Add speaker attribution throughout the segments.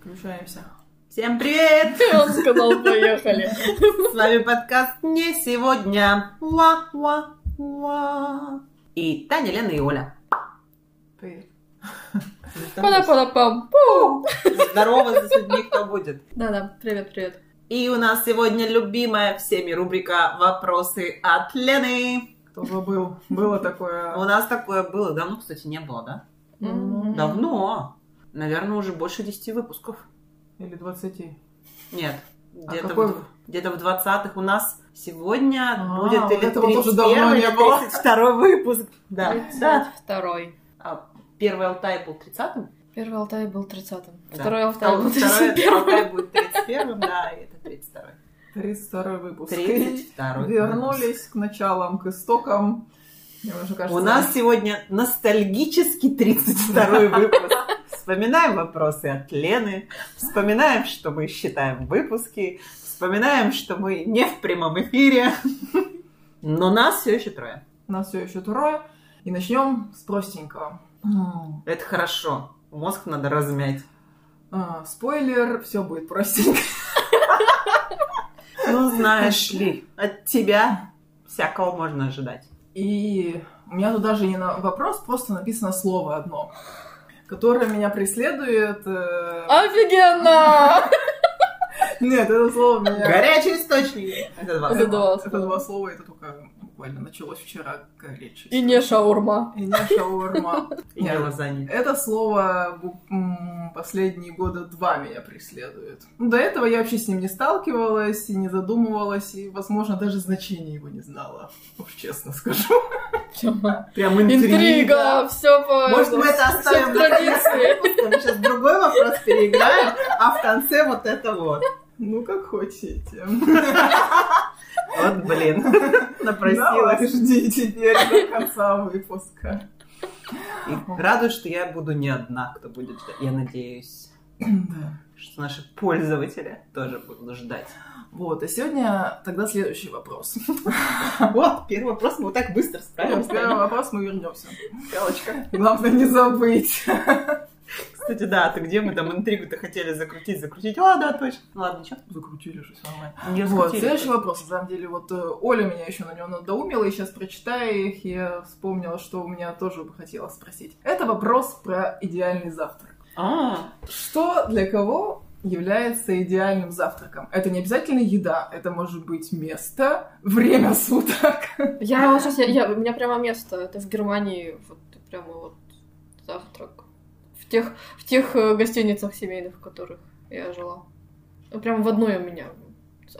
Speaker 1: Включаемся. Всем привет!
Speaker 2: Он сказал, поехали.
Speaker 1: С вами подкаст «Не сегодня». Ла-ла-ла. И Таня, Лена и Оля.
Speaker 2: Привет.
Speaker 1: Здорово,
Speaker 2: Пара-пара-пам. Пу.
Speaker 1: ну, Здорово с людьми, кто будет.
Speaker 2: Да-да, привет-привет.
Speaker 1: И у нас сегодня любимая всеми рубрика «Вопросы от Лены».
Speaker 3: Кто забыл? Было
Speaker 1: У
Speaker 3: такое. ну,
Speaker 1: нас такое было. Давно, кстати, не было, да?
Speaker 2: М.
Speaker 1: Давно. Наверное, уже больше 10 выпусков.
Speaker 3: Или 20.
Speaker 1: Нет. Где-то
Speaker 3: А какой?
Speaker 1: в, где-то в 20-х у нас сегодня
Speaker 3: А,
Speaker 1: будет
Speaker 3: вот
Speaker 1: или
Speaker 3: этого тоже давно
Speaker 1: 31-й,
Speaker 3: не было.
Speaker 1: или 32 выпуск. Да. да.
Speaker 2: 32-й.
Speaker 1: А первый Алтай был 30-м?
Speaker 2: Первый Алтай был 30-м.
Speaker 1: Да.
Speaker 2: Второй Алтай был
Speaker 1: Второй
Speaker 2: 31-м.
Speaker 1: Алтай будет 31-м, да, и это 32-й.
Speaker 3: 32 выпуск.
Speaker 1: 32-й.
Speaker 3: Вернулись к началам, к истокам. Мне уже кажется,
Speaker 1: У нас сегодня ностальгический 32-й выпуск. Вспоминаем вопросы от Лены, вспоминаем, что мы считаем выпуски, вспоминаем, что мы не в прямом эфире. Но нас все еще трое.
Speaker 3: нас все еще трое. И начнем с простенького. Ну,
Speaker 1: Это хорошо. Мозг надо размять.
Speaker 3: А, спойлер, все будет простенько.
Speaker 1: Ну, знаешь ли, от тебя всякого можно ожидать.
Speaker 3: И у меня тут даже не на вопрос, просто написано слово одно, которое меня преследует. э,
Speaker 2: А? Офигенно!
Speaker 3: Нет, это слово меня...
Speaker 1: Горячий источник. Это два.
Speaker 2: Это два
Speaker 3: Это
Speaker 2: слова.
Speaker 3: два слова, это только буквально началось вчера горячее.
Speaker 2: И не шаурма.
Speaker 3: И не шаурма.
Speaker 1: И не лазанья.
Speaker 3: Это слово бу- м, последние года два меня преследует. Ну, До этого я вообще с ним не сталкивалась и не задумывалась, и, возможно, даже значения его не знала. Уж честно скажу.
Speaker 2: Всё.
Speaker 1: Прям
Speaker 2: Интрига, все по...
Speaker 1: Может, мы это
Speaker 2: всё
Speaker 1: оставим
Speaker 2: в
Speaker 1: на конец
Speaker 2: традиции.
Speaker 1: выпуска? Мы сейчас другой вопрос переиграем, а в конце вот это вот.
Speaker 3: Ну, как хотите.
Speaker 1: Вот, блин,
Speaker 3: Давай,
Speaker 1: напросилась.
Speaker 3: жди теперь до конца выпуска.
Speaker 1: И радуюсь, что я буду не одна, кто будет ждать. Я надеюсь,
Speaker 3: Да.
Speaker 1: что наши пользователи тоже будут ждать.
Speaker 3: Вот, и сегодня тогда следующий вопрос.
Speaker 1: А Вот, первый вопрос мы вот так быстро
Speaker 3: К первому
Speaker 1: справимся.
Speaker 3: вопросу мы вернемся.
Speaker 1: Галочка.
Speaker 3: Главное не забыть.
Speaker 1: Кстати, да, ты где мы там интригу-то хотели закрутить, закрутить? А, да, точно. Ну Ладно, ничего.
Speaker 3: Закрутили же все нормально.
Speaker 1: Не
Speaker 3: Вот,
Speaker 1: раскрутили.
Speaker 3: следующий вопрос, на самом деле, вот э, Оля меня еще на него надоумила, и сейчас прочитая их, я вспомнила, что у меня тоже бы хотела спросить. Это вопрос про идеальный завтрак.
Speaker 1: А,
Speaker 3: Что для кого является идеальным завтраком? Это не обязательно еда, это может быть место, время суток.
Speaker 2: Я вот сейчас, я, я- у меня прямо место, это в Германии, вот прямо вот завтрак. В тех, в тех э, гостиницах семейных, в которых я жила. Ну, Прямо в одной у меня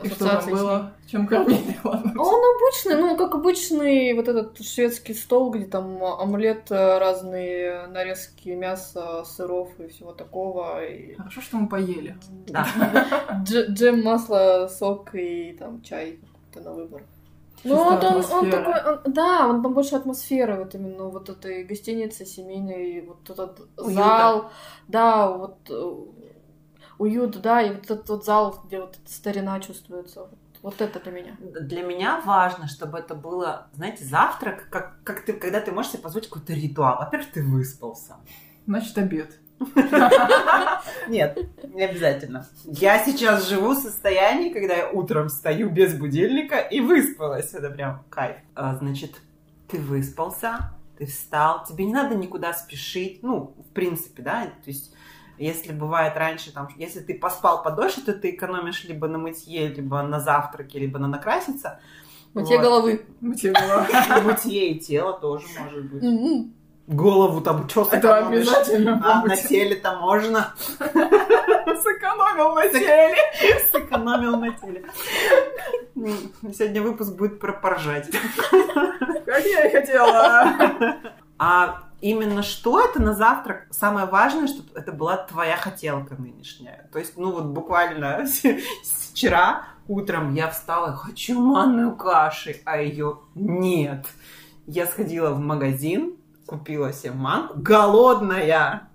Speaker 3: И что там
Speaker 2: ассоциация с ней.
Speaker 3: было? Чем кормили? Ладно.
Speaker 2: А Он обычный, ну, как обычный вот этот шведский стол, где там омлет, э, разные нарезки мяса, сыров и всего такого. и-
Speaker 3: Хорошо, что мы поели.
Speaker 1: да.
Speaker 2: Дж- джем, масло, сок и там чай какой-то на выбор. Ну,
Speaker 3: Чисто
Speaker 2: вот он, он
Speaker 3: атмосфера.
Speaker 2: такой, он- да, он там больше атмосферы, вот именно вот этой гостиницы семейной, вот этот
Speaker 1: Уюта.
Speaker 2: зал, да, вот э, уют, да, и вот этот вот зал, где вот эта старина чувствуется, вот, вот это для меня.
Speaker 1: Для меня важно, чтобы это было, знаете, завтрак, как, как ты, когда ты можешь себе позволить какой-то ритуал. Во-первых, ты выспался.
Speaker 3: Значит, обед.
Speaker 1: Нет, не обязательно. Я сейчас живу в состоянии, когда я утром встаю без будильника и выспалась. Это прям кайф. А, значит, ты выспался, ты встал, тебе не надо никуда спешить. Ну, в принципе, да, то есть... Если бывает раньше, там, если ты поспал подольше, то ты экономишь либо на мытье, либо на завтраке, либо на накраситься.
Speaker 2: Мытье
Speaker 1: Вот.
Speaker 2: головы.
Speaker 3: Мы тебе говорим.
Speaker 1: На мытье и тело тоже может быть.
Speaker 2: М-м.
Speaker 1: Голову там что
Speaker 3: Это обязательно.
Speaker 1: А на
Speaker 3: помните.
Speaker 1: теле-то можно.
Speaker 3: Сэкономил на теле.
Speaker 1: Сэкономил на теле. М, Сегодня выпуск будет про поржать.
Speaker 3: Как я и хотела.
Speaker 1: А именно что это на завтрак? Самое важное, чтобы это была твоя хотелка нынешняя. То есть, ну вот буквально с- с вчера утром я встала, хочу манную каши, а ее нет. Я сходила в магазин, купила себе манку, голодная.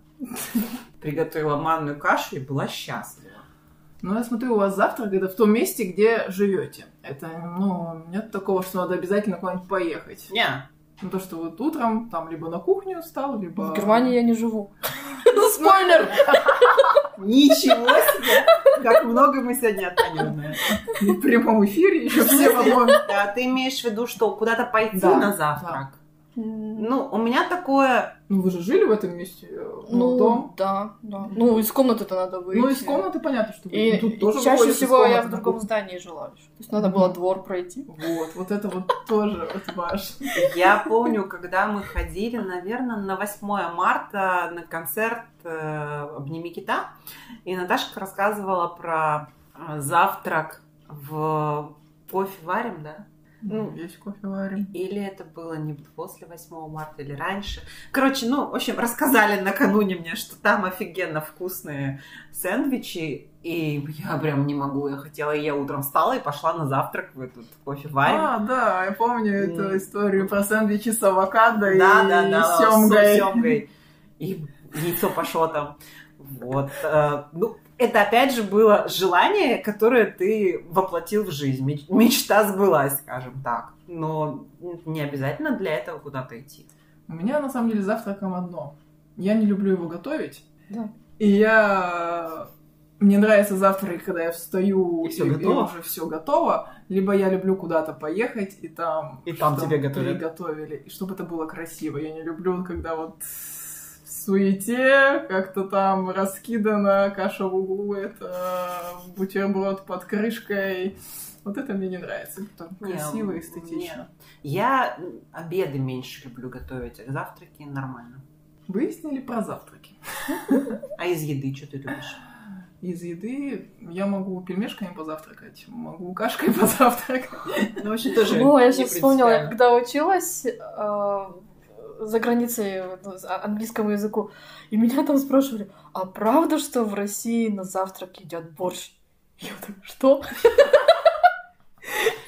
Speaker 1: Приготовила манную кашу и была счастлива.
Speaker 3: Ну, я смотрю, у вас завтрак это в том месте, где живете. Это, ну, нет такого, что надо обязательно куда-нибудь поехать.
Speaker 1: Не,
Speaker 3: Ну, то, что вот утром там либо на кухню встал, либо...
Speaker 2: В Германии я не живу.
Speaker 3: Ну,
Speaker 2: Спойлер!
Speaker 1: Ничего себе! Как много мы сегодня от Тани узнаем.
Speaker 3: В прямом эфире еще все в одном.
Speaker 1: Да, А ты имеешь в виду, что куда-то пойти
Speaker 3: Да,
Speaker 1: на завтрак? Ну, у меня такое...
Speaker 3: Ну, вы же жили в этом месте, э, ну,
Speaker 2: Ну,
Speaker 3: дом.
Speaker 2: да, да. Ну, из комнаты-то надо выйти.
Speaker 3: Ну, из комнаты понятно, что
Speaker 2: И,
Speaker 3: вы- тут
Speaker 2: и
Speaker 3: тоже
Speaker 2: чаще
Speaker 3: выходишь из
Speaker 2: всего я
Speaker 3: комнаты
Speaker 2: в
Speaker 3: на
Speaker 2: другом
Speaker 3: кухню.
Speaker 2: здании жила. То есть надо было
Speaker 3: Мгм.
Speaker 2: двор пройти.
Speaker 3: Вот, вот это вот тоже вот ваш.
Speaker 1: Я помню, когда мы ходили, наверное, на 8 марта на концерт э, «Обними кита», и Наташка рассказывала про э, завтрак в кофе варим, да?
Speaker 3: Ну, весь кофе варим.
Speaker 1: Или это было не после 8 марта, или раньше. Короче, ну, в общем, рассказали накануне мне, что там офигенно вкусные сэндвичи. И я прям не могу, я хотела, и я утром встала и пошла на завтрак в этот кофе
Speaker 3: А, да, я помню
Speaker 1: М.
Speaker 3: эту историю про сэндвичи с авокадо и
Speaker 1: Да, да, да,
Speaker 3: семгой.
Speaker 1: с семгой. И яйцо пошло там. Вот. э, Ну, это опять же было желание, которое ты воплотил в жизнь. Меч- Мечта сбылась, скажем так. Но не обязательно для этого куда-то идти.
Speaker 3: У меня на самом деле завтраком одно. Я не люблю его готовить.
Speaker 2: Да.
Speaker 3: И я мне нравится завтрак, когда я встаю
Speaker 1: И всё готово?
Speaker 3: уже все готово. Либо я люблю куда-то поехать и там
Speaker 1: И там
Speaker 3: чтоб
Speaker 1: тебе готовят.
Speaker 3: приготовили. И чтобы это было красиво. Я не люблю, когда вот в суете как-то там раскидано каша в углу, это бутерброд под крышкой. Вот это мне не нравится. Это
Speaker 1: Не,
Speaker 3: красиво,
Speaker 1: мне-
Speaker 3: эстетично.
Speaker 1: Я обеды меньше люблю готовить, а завтраки нормально.
Speaker 3: Выяснили про завтраки.
Speaker 1: А из еды что ты любишь?
Speaker 3: Из еды я могу пельмешками позавтракать, могу кашкой позавтракать.
Speaker 1: Ну, вообще тоже
Speaker 2: О, я сейчас вспомнила, я когда училась э, за границей ну, с- а- английскому языку, и меня там спрашивали, а правда, что в России на завтрак едят борщ? Я так, что?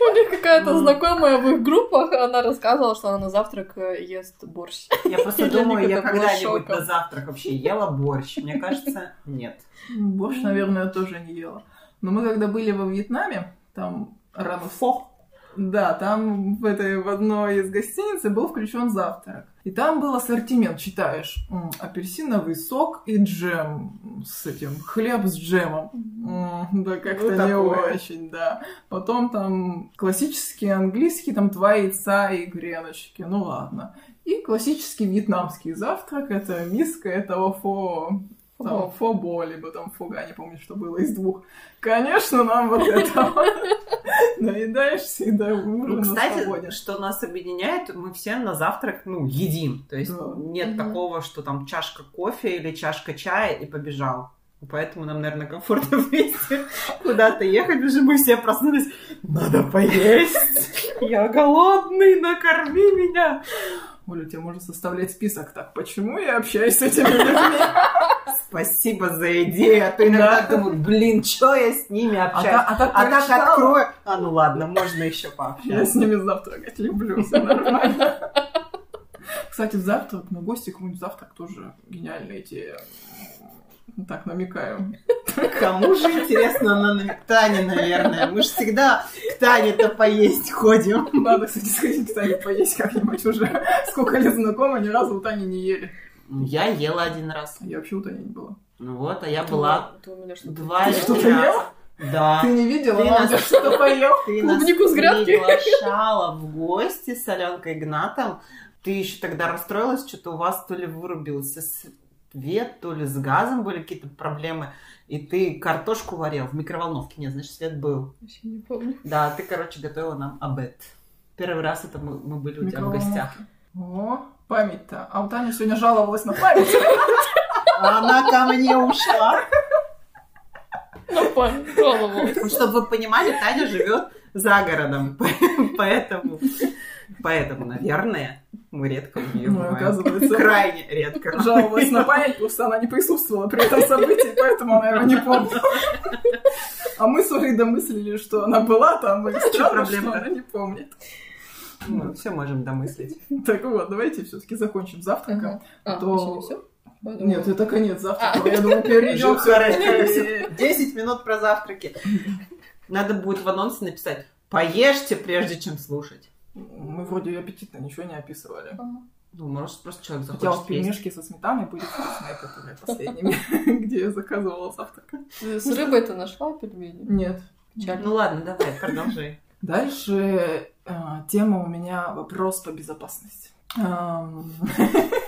Speaker 2: У меня какая-то
Speaker 1: Мгм.
Speaker 2: знакомая в их группах, она рассказывала, что она на завтрак э, ест борщ.
Speaker 1: Я просто
Speaker 2: Для
Speaker 1: думаю,
Speaker 2: них
Speaker 1: я
Speaker 2: это было
Speaker 1: когда-нибудь
Speaker 2: шоком.
Speaker 1: на завтрак вообще ела борщ. Мне кажется, нет.
Speaker 3: Борщ, наверное, тоже не ела. Но мы когда были во Вьетнаме, там рано...
Speaker 1: Фо.
Speaker 3: Да, там в, этой, в одной из гостиниц был включен завтрак. И там был ассортимент, читаешь, м, апельсиновый сок и джем с этим, хлеб с джемом. М, Да, как-то не
Speaker 1: Ну, такое.
Speaker 3: очень, да. Потом там классический английский, там два яйца и греночки, ну ладно. И классический вьетнамский завтрак, это миска этого фо... Там, фобо, либо там фуга, не помню, что было из двух. Конечно, нам вот этого наедаешься и до
Speaker 1: Ну,
Speaker 3: ужина
Speaker 1: кстати,
Speaker 3: свободен.
Speaker 1: что нас объединяет, мы все на завтрак, ну, едим. То есть
Speaker 3: Да.
Speaker 1: нет
Speaker 2: Мгм.
Speaker 1: такого, что там чашка кофе или чашка чая и побежал. Поэтому нам, наверное, комфортно вместе куда-то ехать, потому что мы все проснулись. Надо поесть! Я голодный, накорми меня!
Speaker 3: Оля, тебе можно составлять список так, почему я общаюсь с этими людьми?
Speaker 1: Спасибо за идею, а то иногда думаю, блин, что я с ними
Speaker 3: А
Speaker 1: общаюсь?
Speaker 3: та- а так
Speaker 1: А так
Speaker 3: прочитала.
Speaker 1: открою. А ну ладно, можно еще
Speaker 3: Я
Speaker 1: пообщаться.
Speaker 3: с ними завтракать люблю, все нормально. Кстати, в завтрак на гости какой-нибудь завтрак тоже гениальная идея. Ну, Так, намекаю.
Speaker 1: Кому же интересно она на Тане, наверное? Мы же всегда к Тане-то поесть ходим.
Speaker 3: Надо, кстати, сходить к Тане поесть как-нибудь уже. Сколько лет знакома, ни разу у Тани не ели.
Speaker 1: Я ела один раз.
Speaker 3: Я вообще у Тани не была.
Speaker 1: Ну вот, а я была
Speaker 2: Ты у меня что-то-
Speaker 1: два
Speaker 3: Ты
Speaker 1: или
Speaker 3: что-то
Speaker 1: три раза.
Speaker 3: ела?
Speaker 1: Да.
Speaker 3: Ты не видела?
Speaker 1: А, Ты
Speaker 3: Надя
Speaker 1: нас-
Speaker 3: что-то поел.
Speaker 1: Ты
Speaker 2: клубнику
Speaker 1: нас
Speaker 2: с грядки?
Speaker 1: приглашала в гости с Аленкой Игнатом. Ты еще тогда расстроилась, что-то у вас то ли вырубился свет, то ли с газом были какие-то проблемы. И ты картошку варил в микроволновке. Нет, значит, свет был.
Speaker 2: Вообще не помню.
Speaker 1: Да, ты, короче, готовила нам обед. Первый раз это мы, мы были у тебя в гостях.
Speaker 3: О, память-то. А у Тани сегодня жаловалась на память.
Speaker 1: Она ко мне ушла.
Speaker 2: Ну, память, голову.
Speaker 1: Ну, Чтобы вы понимали, Таня живет за городом. Поэтому, поэтому, наверное, мы редко у нее
Speaker 3: Ну,
Speaker 1: бываем.
Speaker 3: оказывается,
Speaker 1: Крайне редко.
Speaker 3: жаловалась на память, просто она не присутствовала при этом событии, поэтому она его не помнила. А мы с Олей домыслили, что она была там, и странно, что
Speaker 1: проблема?
Speaker 3: она не помнит.
Speaker 1: Мы все можем домыслить.
Speaker 3: Так вот, давайте все-таки закончим завтраком.
Speaker 2: А,
Speaker 3: То-
Speaker 2: вообще не всё? Подумала.
Speaker 3: Нет, это конец завтрака.
Speaker 2: А.
Speaker 3: Я думаю, перейдем
Speaker 1: Хорошо. 10 минут про завтраки. Надо будет в анонсе написать «Поешьте, прежде чем слушать».
Speaker 3: Мы вроде аппетитно ничего не описывали.
Speaker 2: Ага.
Speaker 1: Ну, может, просто человек
Speaker 3: Хотя
Speaker 1: захочет
Speaker 3: вот
Speaker 1: есть.
Speaker 3: пельмешки со сметаной были вкусные, которые последними, где я заказывала с автора.
Speaker 2: Ты С рыбой ты нашла пельмени?
Speaker 3: Нет.
Speaker 2: Печально.
Speaker 1: Ну ладно, давай, продолжи.
Speaker 3: Дальше э, тема у меня вопрос по безопасности. Эм,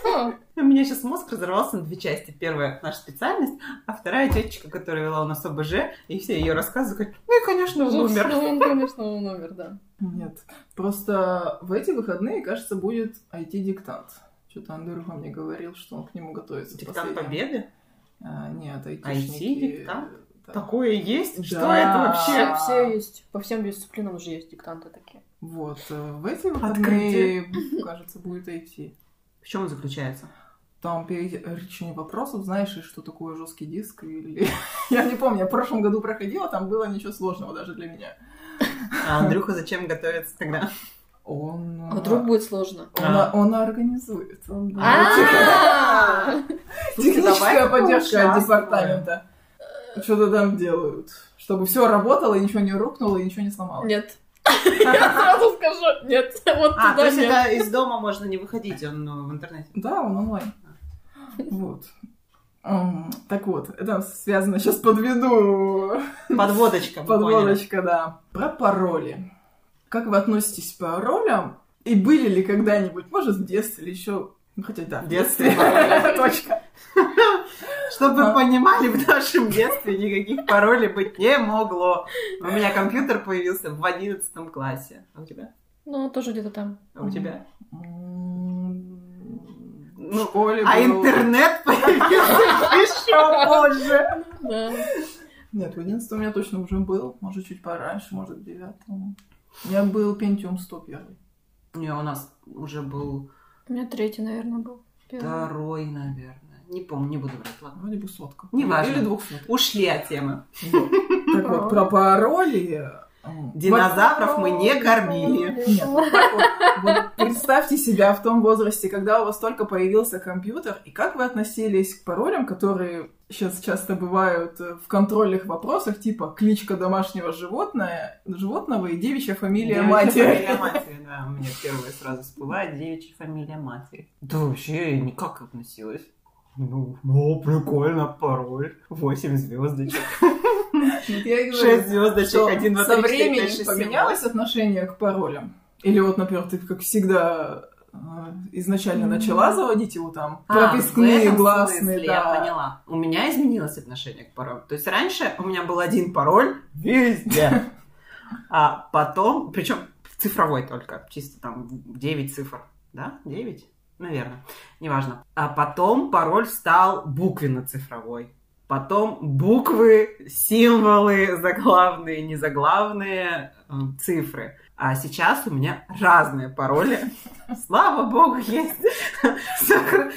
Speaker 2: Ха,
Speaker 1: У меня сейчас мозг разорвался на две части. Первая наша специальность, а вторая тетечка, которая вела у нас ОБЖ, и все ее рассказы говорят, ну и, конечно, он умер.
Speaker 2: Ну, он, конечно, он умер, да.
Speaker 3: Нет. Просто в эти выходные, кажется, будет IT-диктант. Что-то Андрюха мне говорил, что он к нему готовится. в
Speaker 1: Диктант
Speaker 3: последнее.
Speaker 1: победы?
Speaker 3: А, нет, айтишники...
Speaker 1: IT-диктант?
Speaker 3: да.
Speaker 1: Такое есть? Что
Speaker 3: Да.
Speaker 1: это
Speaker 2: Все,
Speaker 1: вообще?
Speaker 2: все есть. По всем дисциплинам же есть диктанты такие.
Speaker 3: Вот. э, В эти выходные,
Speaker 1: Открытие.
Speaker 3: кажется, будет IT.
Speaker 1: В чем он заключается?
Speaker 3: Там перечень вопросов, знаешь, и что такое жесткий диск или... Я не помню, я в прошлом году проходила, там было ничего сложного даже для меня.
Speaker 1: А Андрюха зачем готовится тогда?
Speaker 3: Он... э,
Speaker 2: А вдруг будет сложно?
Speaker 3: Он,
Speaker 1: А.
Speaker 3: он организует. Он будет.
Speaker 2: А!
Speaker 1: Слушайте,
Speaker 3: Техническая
Speaker 1: давай
Speaker 3: поддержка от
Speaker 1: поучаствуем.
Speaker 3: департамента. Что-то там делают. Чтобы все работало, и ничего не рухнуло, и ничего не сломалось.
Speaker 2: Нет. А. Я сразу скажу, нет. Вот
Speaker 1: А, то
Speaker 2: туда
Speaker 1: есть
Speaker 2: нет.
Speaker 1: это из дома можно не выходить, он ну, в интернете.
Speaker 3: Да, он онлайн. Вот. М, Так вот, это связано, сейчас
Speaker 1: Ну,
Speaker 3: подведу
Speaker 1: Подводочка, вы поняли.
Speaker 3: подводочка, да. Про пароли. Как вы относитесь к паролям? И были ли когда-нибудь, может, в детстве или еще... Ну, хотя да,
Speaker 1: В
Speaker 3: в
Speaker 1: детстве
Speaker 3: детстве.
Speaker 1: пароли.
Speaker 3: Точка.
Speaker 1: Чтобы
Speaker 3: А.
Speaker 1: вы понимали, в нашем детстве никаких паролей быть не могло. У меня компьютер появился в 11 классе. А у тебя?
Speaker 2: Ну, тоже где-то там.
Speaker 1: А у тебя?
Speaker 3: М,
Speaker 1: Ну,
Speaker 3: в школе
Speaker 1: А
Speaker 3: было-
Speaker 1: интернет появился еще позже.
Speaker 2: Да.
Speaker 3: Нет, в 11 у меня точно уже был. Может, чуть пораньше, может, в 9 У меня был Pentium 101.
Speaker 1: Не, у нас уже был
Speaker 2: У меня третий, наверное, был. Первый.
Speaker 1: второй, наверное. Не помню, не буду врать, ладно.
Speaker 3: Вроде бы сотка.
Speaker 1: Неважно.
Speaker 3: Или двухсотка.
Speaker 1: Ушли от темы.
Speaker 3: Так вот, про пароли... э, м,
Speaker 1: Динозавров мы не кормили.
Speaker 3: Нет, вот так вот. Вот представьте себя в том возрасте, когда у вас только появился компьютер, и как вы относились к паролям, которые сейчас часто бывают э, в контрольных вопросах, типа кличка домашнего животное, животного и девичья фамилия
Speaker 1: Девичья
Speaker 3: матери.
Speaker 1: Фамилия матери, да. У меня первая сразу всплывает девичья фамилия матери. Да вообще я никак относилась. Ну, ну, прикольно, пароль. Восемь звездочек. Шесть звездочек,
Speaker 3: Что
Speaker 1: один, два,
Speaker 3: со
Speaker 1: три, четыре,
Speaker 3: временем
Speaker 1: пять, шесть, семь,
Speaker 3: поменялось отношение к паролям? Или вот, например, ты, как всегда, э, изначально
Speaker 2: М.
Speaker 3: начала заводить его там,
Speaker 1: А, в
Speaker 3: пропускные,
Speaker 1: этом
Speaker 3: гласные,
Speaker 1: смысле Я
Speaker 3: да.
Speaker 1: поняла. У меня изменилось отношение к паролю. То есть раньше у меня был один пароль везде. А потом, причем цифровой только, чисто там 9 цифр. Да? 9? Наверное. Неважно. А потом пароль стал буквенно-цифровой. Потом буквы, символы, заглавные, незаглавные, м, цифры. А сейчас у меня разные пароли. Слава богу, есть Сохра-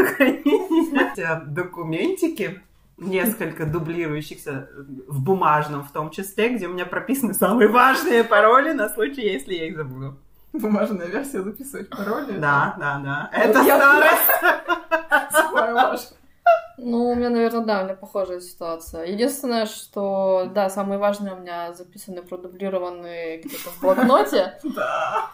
Speaker 1: автозахоронение. Э, Документики, несколько дублирующихся в бумажном в том числе, где у меня прописаны самые важные пароли на случай, если я их забуду.
Speaker 3: Бумажная версия записывать пароли.
Speaker 1: Да, да, да.
Speaker 3: Вот
Speaker 1: Это
Speaker 3: я-
Speaker 1: старость.
Speaker 3: Самое важное.
Speaker 2: Ну, у меня, наверное, да, у меня похожая ситуация. Единственное, что, да, самые важные у меня записаны, продублированные где-то в блокноте.
Speaker 3: Да.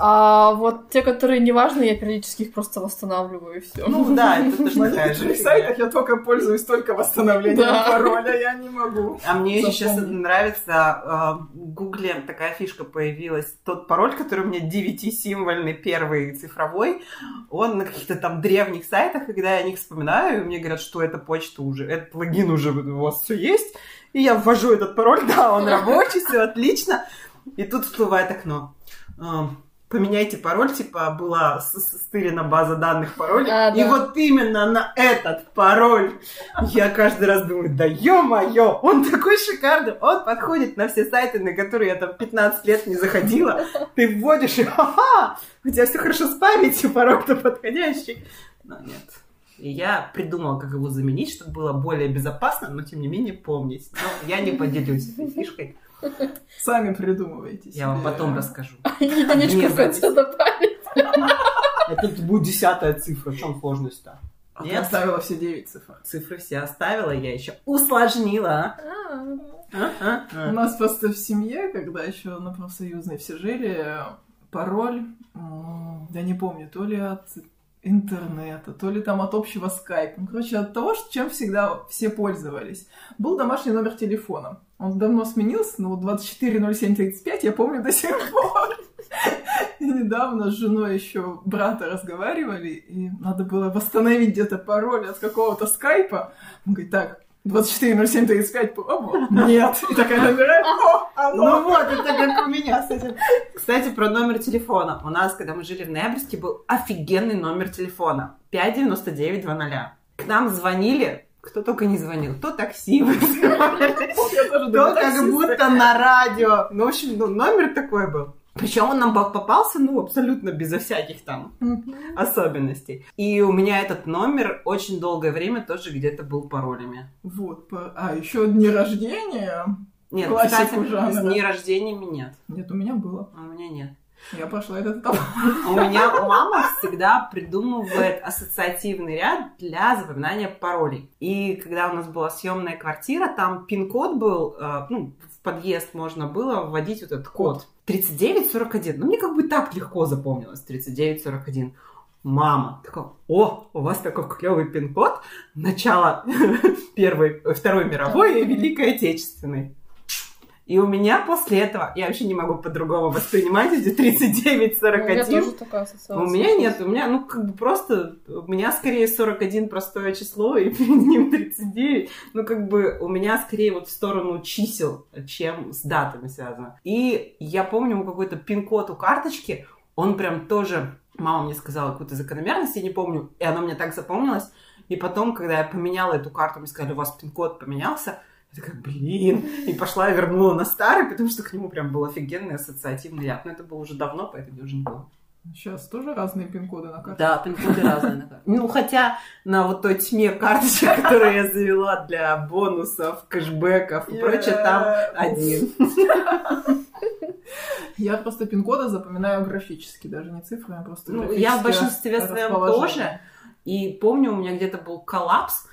Speaker 2: А вот те, которые неважные, я периодически их просто восстанавливаю и все.
Speaker 1: Ну да, это тоже
Speaker 3: На
Speaker 1: такая же
Speaker 3: некоторых
Speaker 1: фигня.
Speaker 3: сайтах я только пользуюсь только восстановлением
Speaker 2: Да.
Speaker 3: пароля, я не могу.
Speaker 1: А мне еще сейчас
Speaker 3: Запомни.
Speaker 1: нравится, э, в Гугле такая фишка появилась. Тот пароль, который у меня девятисимвольный, первый цифровой, он на каких-то там древних сайтах, и когда я о них вспоминаю, мне говорят, что это почта уже, этот плагин уже у вас все есть. И я ввожу этот пароль, да, он рабочий, все отлично. И тут всплывает окно. Эм, Поменяйте пароль, типа была с- с- стырена база данных паролей.
Speaker 2: А,
Speaker 1: и
Speaker 2: да.
Speaker 1: вот именно на этот пароль я каждый раз думаю, да ё-моё, он такой шикарный, он подходит на все сайты, на которые я там 15 лет не заходила, ты вводишь и ха-ха, у тебя все хорошо с памятью, порог-то подходящий. Но нет. И я придумала, как его заменить, чтобы было более безопасно, но тем не менее помнить. Но я не поделюсь этой фишкой,
Speaker 3: Сами придумывайте
Speaker 1: я вам
Speaker 3: себе.
Speaker 1: потом расскажу.
Speaker 2: Единичку
Speaker 1: Не
Speaker 2: в конце добавить.
Speaker 1: Это будет десятая цифра, в чем сложность-то?
Speaker 3: А ты
Speaker 1: Нет,
Speaker 3: оставила все девять цифр.
Speaker 1: цифры все оставила, я еще усложнила.
Speaker 2: А,
Speaker 1: а? А, а, а.
Speaker 3: У нас просто в семье, когда еще на профсоюзной все ну, жили, пароль, м, да не помню, то ли от интернета, то ли там от общего скайпа. Ну, короче, от того, ш- чем всегда все пользовались. Был домашний номер телефона. Он давно сменился, но вот 240735 я помню до сих пор. И недавно с женой еще брата разговаривали, и надо было восстановить где-то пароль от какого-то скайпа. Он говорит, так, 240735, пробовал? Нет. И такая набирает, о, оно.
Speaker 1: Ну вот, это как у меня, кстати. Кстати, про номер телефона. У нас, когда мы жили в Ноябрьске, был офигенный номер телефона. 59920. К нам звонили, кто только не звонил. То такси вызывали,
Speaker 3: Я тоже
Speaker 1: то
Speaker 3: думаю,
Speaker 1: как
Speaker 3: таксисты.
Speaker 1: будто на радио. Ну, в общем, ну, номер такой был. Причем он нам поп- попался, ну, абсолютно безо всяких там особенностей. И у меня этот номер очень долгое время тоже где-то был паролями.
Speaker 3: Вот, по- а еще дни рождения.
Speaker 1: Нет,
Speaker 3: Классику
Speaker 1: кстати, с
Speaker 3: жанра.
Speaker 1: дней рождениями нет.
Speaker 3: Нет, у меня было.
Speaker 1: А у меня нет.
Speaker 3: Я пошла этот этап.
Speaker 1: У меня мама всегда придумывает ассоциативный ряд для запоминания паролей. И когда у нас была съемная квартира, там пин-код был, э, ну, в подъезд можно было вводить вот этот код. 3941. Ну, мне как бы так легко запомнилось 3941. Мама такая, о, у вас такой клевый пин-код, начало Первой, э, Второй мировой и Великой Отечественной. И у меня после этого, я вообще не могу по-другому воспринимать эти
Speaker 2: У меня
Speaker 1: 3941.
Speaker 2: тоже такая ассоциация.
Speaker 1: У меня нет, у меня, ну, как бы просто, у меня скорее 41 простое число, и перед ним 39. Ну, как бы у меня скорее вот в сторону чисел, чем с датами связано. И я помню, у какой-то пин-код у карточки, он прям тоже, мама мне сказала какую-то закономерность, я не помню, и она мне так запомнилась. И потом, когда я поменяла эту карту, мне сказали, у вас пин-код поменялся. Я такая, блин, и пошла и вернула на старый, потому что к нему прям был офигенный ассоциативный ряд. Но это было уже давно, поэтому я уже не помню.
Speaker 3: Сейчас тоже разные пин-коды на карте.
Speaker 1: Да, пин-коды разные. на карте. Ну, хотя на вот той тьме карточек, которую я завела для бонусов, кэшбэков и прочее, там один.
Speaker 3: Я просто пин-коды запоминаю графически, даже не цифрами, а просто
Speaker 1: Ну,
Speaker 3: графически
Speaker 1: я в большинстве
Speaker 3: рас-
Speaker 1: своем
Speaker 3: расположение.
Speaker 1: И помню, у меня где-то был коллапс.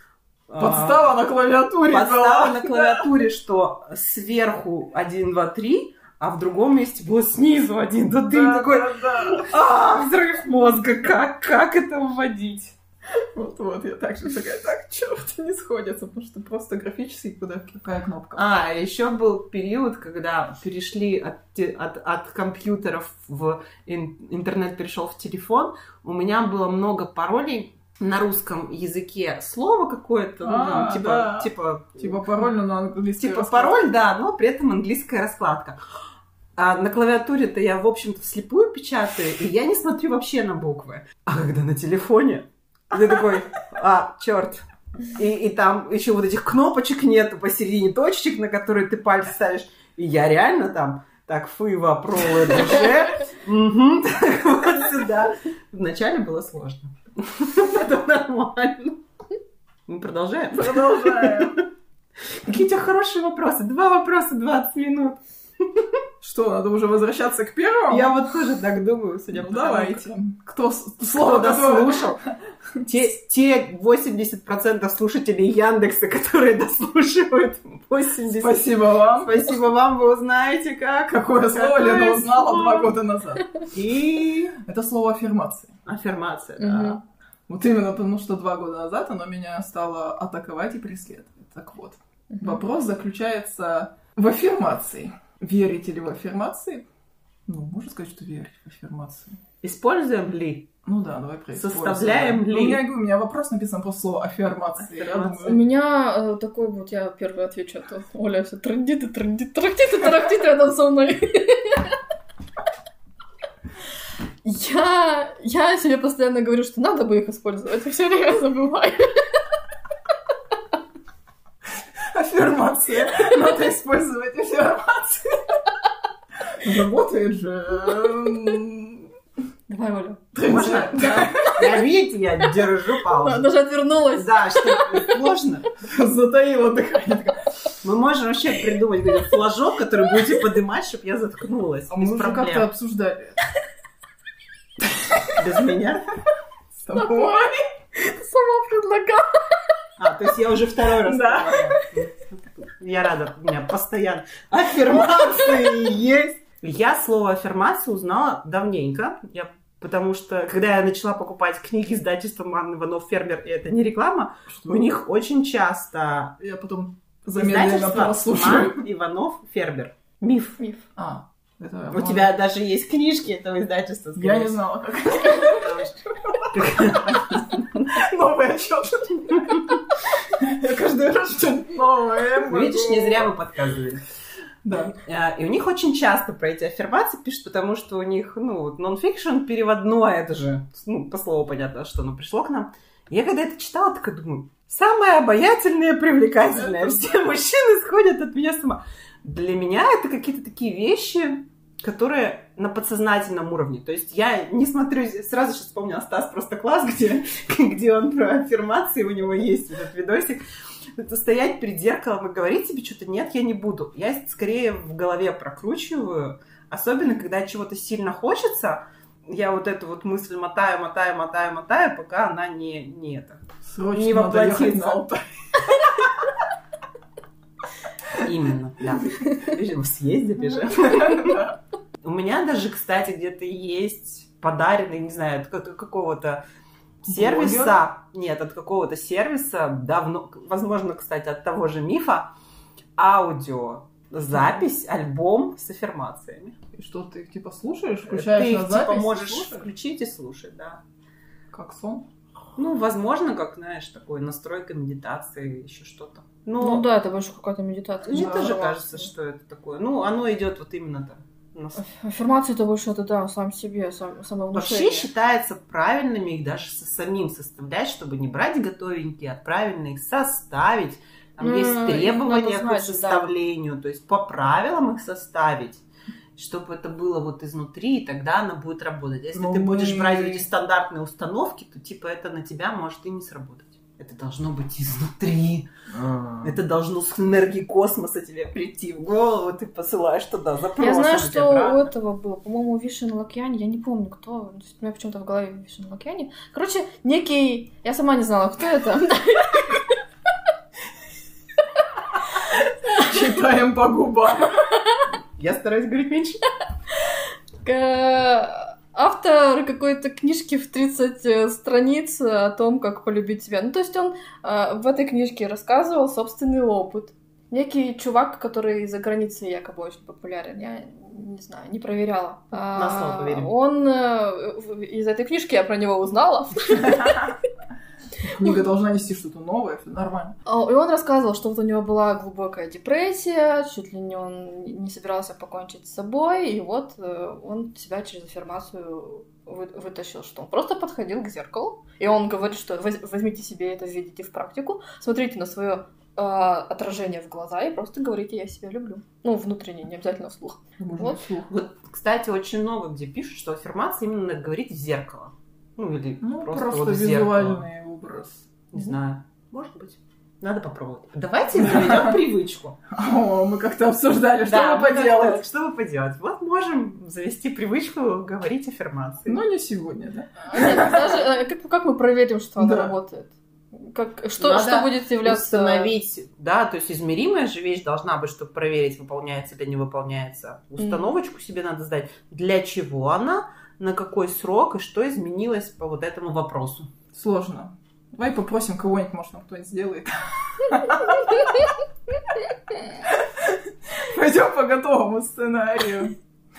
Speaker 3: Подстава на клавиатуре
Speaker 1: Подстава
Speaker 3: была.
Speaker 1: на клавиатуре, что сверху 1, 2, 3, а в другом месте было снизу 1, 2, 3.
Speaker 3: Да,
Speaker 1: такой,
Speaker 3: да, да.
Speaker 1: а, взрыв мозга, как, как это вводить?
Speaker 3: Вот-вот, я так же такая, так, черт, не сходится, потому что просто графически куда какая кнопка.
Speaker 1: А, еще был период, когда перешли от, те- от, от компьютеров в ин- интернет перешел в телефон. У меня было много паролей на русском языке слово какое-то, ну, там,
Speaker 3: А,
Speaker 1: типа,
Speaker 3: да.
Speaker 1: типа,
Speaker 3: Типа пароль, но на английском.
Speaker 1: типа пароль, да, но при этом английская раскладка. А на клавиатуре-то я, в общем-то, вслепую печатаю, и я не смотрю вообще на буквы. А когда на телефоне, ты такой, а, черт. И, и там еще вот этих кнопочек нету посередине точечек, на которые ты пальцы ставишь. И я реально там так фыва, пролы, душе. Мгм, так вот сюда. Вначале было сложно. Потом нормально. Мы продолжаем.
Speaker 3: Продолжаем.
Speaker 1: Какие у тебя хорошие вопросы. Два вопроса, 20 минут.
Speaker 3: Что, надо уже возвращаться к первому?
Speaker 1: Я вот тоже так думаю,
Speaker 3: Ну,
Speaker 1: судя по тому, как-
Speaker 3: давайте. Кто с-
Speaker 1: Кто
Speaker 3: слово дослушал?
Speaker 1: дослушал? Те, те 80% слушателей Яндекса, которые дослушивают 80%.
Speaker 3: Спасибо вам.
Speaker 1: Спасибо вам, вы узнаете, как.
Speaker 3: Какое слово
Speaker 1: Какое
Speaker 3: Лена узнала
Speaker 1: слово.
Speaker 3: два года назад?
Speaker 1: И
Speaker 3: Это слово аффирмации.
Speaker 1: аффирмация, да.
Speaker 2: Мгм.
Speaker 3: Вот именно потому, что два года назад оно меня стало атаковать и преследовать. Так вот,
Speaker 2: Мгм.
Speaker 3: вопрос заключается в аффирмации. Верите ли в аффирмации? Ну, можно сказать, что верить в аффирмации.
Speaker 1: Используем ли?
Speaker 3: Ну да, давай происходим.
Speaker 1: Составляем ли?
Speaker 3: Ну, У меня, у меня вопрос написан после слова аффирмации. Я
Speaker 1: Аффирмации.
Speaker 2: У
Speaker 3: думаю,
Speaker 2: меня э, такой вот, я первый отвечу, а то Оля все трындит и трындит, трындит и тарахтит рядом со мной. Я, я себе постоянно говорю, что надо бы их использовать, и все время забываю.
Speaker 3: аффирмация. Надо использовать аффирмации. Ну, Работает же. эм,
Speaker 2: Давай, Оля.
Speaker 1: Можно? Да. Я, видите, я держу
Speaker 2: Она
Speaker 1: паузу.
Speaker 2: даже отвернулась.
Speaker 1: Да, что можно?
Speaker 3: Затаила дыхание.
Speaker 1: Мы можем вообще придумать какой-то флажок, который будете поднимать, чтобы я заткнулась.
Speaker 3: А
Speaker 1: без
Speaker 3: мы уже
Speaker 1: проблем.
Speaker 3: как-то обсуждали это
Speaker 1: Без меня.
Speaker 3: с тобой.
Speaker 2: Ты сама предлагала.
Speaker 1: А, то есть я уже второй раз.
Speaker 3: Да.
Speaker 1: сказала. Я рада, у меня постоянно аффирмации есть. Я слово аффирмация узнала давненько. Я Потому что, когда я начала покупать книги издательства Анны Иванов Фермер, и это не реклама,
Speaker 3: Что?
Speaker 1: у них очень часто
Speaker 3: Я потом замедленно
Speaker 1: издательство
Speaker 3: прослушаю.
Speaker 1: Ман Иванов Фермер. Миф.
Speaker 2: Миф.
Speaker 3: А, это я
Speaker 1: У
Speaker 3: понял.
Speaker 1: тебя даже есть книжки этого издательства.
Speaker 3: Я
Speaker 1: скорее
Speaker 3: не знала, как.
Speaker 1: Новый отчет.
Speaker 3: Я каждый раз что-нибудь новое.
Speaker 1: Видишь,
Speaker 3: могу.
Speaker 1: не зря мы подсказывали.
Speaker 3: Да.
Speaker 1: А, И у них очень часто про эти аффирмации пишут, потому что у них, ну, вот нонфикшн переводное, это же, ну, по слову понятно, что оно пришло к нам. Я когда это читала, так думаю, самое обаятельное, привлекательное. Все мужчины сходят от меня с ума. Для меня это какие-то такие вещи, которые на подсознательном уровне. То есть я не смотрю, сразу сейчас вспомнила Стас просто класс, где, где он про аффирмации, у него есть этот видосик. Это стоять перед зеркалом и говорить себе что-то нет, я не буду. Я скорее в голове прокручиваю, особенно когда чего-то сильно хочется, я вот эту вот мысль мотаю, мотаю, мотаю, мотаю, пока она не, не это.
Speaker 3: Срочно
Speaker 1: Не
Speaker 3: надо ехать
Speaker 1: воплотиться.
Speaker 3: на Алтай.
Speaker 1: Именно, да. Видишь, В съезде же.
Speaker 3: Да.
Speaker 1: У меня даже, кстати, где-то есть подаренный, не знаю, от как- какого-то сервиса. Нет, от какого-то сервиса давно, возможно, кстати, от того же мифа, аудио. Запись, альбом с аффирмациями.
Speaker 3: И что, ты их типа слушаешь,
Speaker 1: Ты
Speaker 3: включаешь
Speaker 1: их
Speaker 3: на
Speaker 1: типа
Speaker 3: запись? и
Speaker 1: можешь
Speaker 3: слушаешь?
Speaker 1: включить и слушать, да.
Speaker 3: Как сон?
Speaker 1: Ну, возможно, как, знаешь, такой настройка медитации, еще что-то.
Speaker 2: Ну
Speaker 1: Ну,
Speaker 2: да, это больше какая-то медитация.
Speaker 1: мне
Speaker 3: да,
Speaker 1: тоже
Speaker 2: Аффирмация.
Speaker 1: кажется, что это такое. Ну, оно идет вот именно там. на
Speaker 2: Аффирмация это больше это да, сам себе, сам, самовнушение.
Speaker 1: Вообще считается правильными их даже со- самим составлять, чтобы не брать готовенькие, а правильно их составить. Там
Speaker 2: М,
Speaker 1: есть
Speaker 2: их
Speaker 1: требования
Speaker 2: надо
Speaker 1: к их
Speaker 2: знать,
Speaker 1: составлению, то есть по правилам их составить чтобы это было вот изнутри, и тогда она будет работать. А Если
Speaker 3: Но
Speaker 1: ты
Speaker 2: Ну,
Speaker 1: будешь
Speaker 3: мы-
Speaker 1: брать эти стандартные установки, то типа это на тебя может и не сработать. Это должно быть изнутри. Это должно с энергии космоса тебе прийти в голову, ты посылаешь туда запрос.
Speaker 2: Я знаю,
Speaker 1: она тебе
Speaker 2: что у
Speaker 1: обратно.
Speaker 2: этого было, по-моему, у Вишен Лакьяни, я не помню, кто, то есть у меня почему-то в голове Вишен Лакьяни. Короче, некий, я сама не знала, кто это.
Speaker 3: Читаем по губам.
Speaker 1: Я стараюсь говорить меньше.
Speaker 2: К- э, Автор какой-то книжки в 30 э, страниц о том, как полюбить себя. Ну, то есть он э, в этой книжке рассказывал собственный опыт. Некий чувак, который за границей якобы очень популярен. Я не знаю, не проверяла.
Speaker 1: На слово
Speaker 2: А,
Speaker 1: поверим.
Speaker 2: Он э, в- из этой книжки я про него узнала.
Speaker 3: Книга должна нести что-то новое, все нормально.
Speaker 2: А, И он рассказывал, что вот у него была глубокая депрессия, чуть ли не он не собирался покончить с собой, и вот э, он себя через аффирмацию вы- вытащил, что он просто подходил к зеркалу, и он говорит, что «Воз- возьмите себе это, введите в практику, смотрите на свое отражение в глаза и просто говорите «я себя люблю». Ну, внутренне, не обязательно вслух.
Speaker 3: Можно
Speaker 2: Вот.
Speaker 3: вслух.
Speaker 1: Вот, кстати, очень много где пишут, что аффирмации именно надо говорить в зеркало. Ну, или
Speaker 3: Ну,
Speaker 1: просто,
Speaker 3: просто,
Speaker 1: вот в зеркало.
Speaker 3: визуальный образ.
Speaker 1: Не знаю. Может быть. Надо попробовать. Давайте заведем привычку.
Speaker 3: О, мы как-то обсуждали, что
Speaker 1: Да,
Speaker 3: мы поделать.
Speaker 1: Что мы поделать? Вот можем завести привычку говорить аффирмации.
Speaker 3: Но не сегодня, да?
Speaker 2: Нет, даже, э, как, как мы проверим, что она
Speaker 3: Да.
Speaker 2: работает? Как, что,
Speaker 1: Надо
Speaker 2: что будет являться...
Speaker 1: Установить, да, то есть измеримая же вещь должна быть, чтобы проверить, выполняется или не выполняется. Установочку себе надо сдать. Для чего она, на какой срок и что изменилось по вот этому вопросу.
Speaker 3: Сложно. Давай попросим кого-нибудь, может, нам кто-нибудь сделает. Пойдем по готовому сценарию.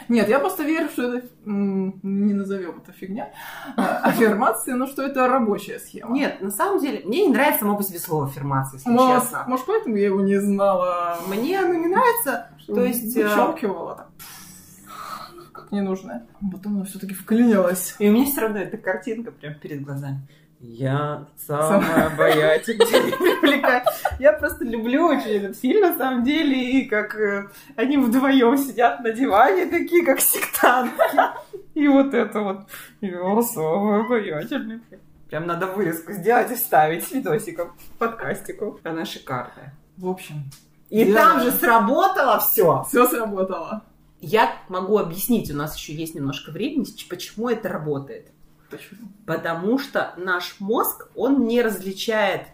Speaker 3: Нет, я просто верю, что это м, не назовем это фигня. а, Аффирмации, но что это рабочая схема.
Speaker 1: Нет, на самом деле, мне не нравится само по себе слово аффирмация, если
Speaker 3: Может,
Speaker 1: честно.
Speaker 3: может, поэтому я его не знала.
Speaker 1: Мне оно не нравится.
Speaker 3: Что
Speaker 1: То есть, э,
Speaker 3: вычеркивала там. Как ненужное. Потом она все-таки вклинилась.
Speaker 1: И у меня все равно эта картинка прям перед глазами. Я самая обаятельная. привлекательная. Я просто люблю очень этот фильм, на самом деле, и как э, они вдвоем сидят на диване, такие как сектантки. И вот это вот. Я самая обаятельная. Прям надо вырезку сделать и вставить с видосиком, подкастиком. Она шикарная.
Speaker 3: В общем,
Speaker 1: И
Speaker 3: Я-
Speaker 1: там же сработало все.
Speaker 3: все сработало.
Speaker 1: Я могу объяснить, у нас еще есть немножко времени, ч- почему это работает.
Speaker 3: Почему?
Speaker 1: Потому что наш мозг, он не различает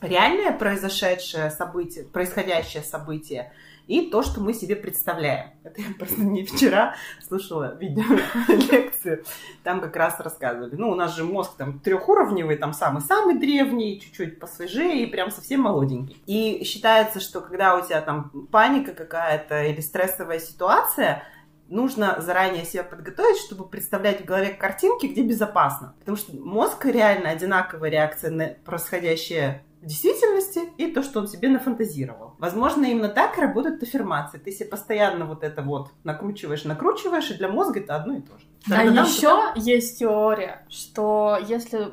Speaker 1: реальное произошедшее событие, происходящее событие, и то, что мы себе представляем. Это я просто не вчера слушала видео лекцию, там как раз рассказывали. Ну, у нас же мозг там трехуровневый, там самый-самый древний, чуть-чуть посвежее и прям совсем молоденький. И считается, что когда у тебя там паника какая-то или стрессовая ситуация, нужно заранее себя подготовить, чтобы представлять в голове картинки, где безопасно. Потому что мозг реально одинаковая реакция на происходящее в действительности и то, что он себе нафантазировал. Возможно, именно так работают аффирмации. Ты себе постоянно вот это вот накручиваешь, накручиваешь, и для мозга это одно и то же.
Speaker 2: А еще есть теория, что если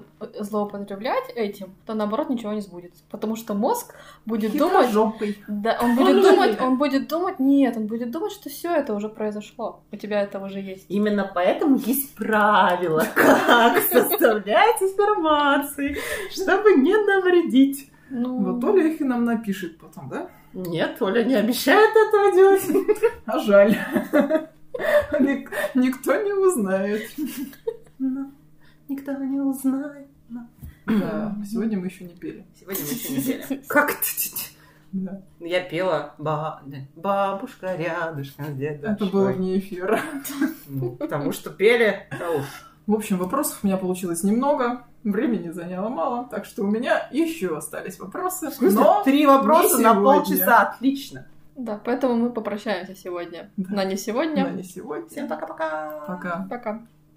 Speaker 2: злоупотреблять этим, то наоборот ничего не сбудется, потому что мозг будет думать,
Speaker 3: жопой.
Speaker 2: да, он будет
Speaker 3: Он
Speaker 2: думать,
Speaker 3: же-
Speaker 2: он будет думать, нет, он будет думать, что все это уже произошло, у тебя это уже есть.
Speaker 1: Именно поэтому есть правило, как составлять аффирмации, чтобы не навредить.
Speaker 2: Ну,
Speaker 3: Вот Оля их и нам напишет потом, да?
Speaker 1: Нет, Оля не обещает этого делать.
Speaker 3: А жаль. Ник- Никто не узнает.
Speaker 1: Но Ну, никто не узнает. Но-
Speaker 3: Да, сегодня мы еще не пели.
Speaker 1: Сегодня мы еще не пели. Как ты?
Speaker 3: Да.
Speaker 1: Ну, Я пела ба- да, «Бабушка рядышком с дедушкой».
Speaker 3: Это было вне эфира.
Speaker 1: Ну, потому что пели. Да уж.
Speaker 3: В общем, вопросов у меня получилось немного. Времени заняло мало, так что у меня еще остались вопросы.
Speaker 1: В смысле,
Speaker 3: Но
Speaker 1: три вопроса
Speaker 3: не
Speaker 1: на
Speaker 3: сегодня.
Speaker 1: полчаса. Отлично.
Speaker 2: Да, поэтому мы попрощаемся сегодня.
Speaker 3: Да.
Speaker 2: На не сегодня.
Speaker 3: на не сегодня.
Speaker 1: Всем пока-пока.
Speaker 3: Пока.
Speaker 2: Пока.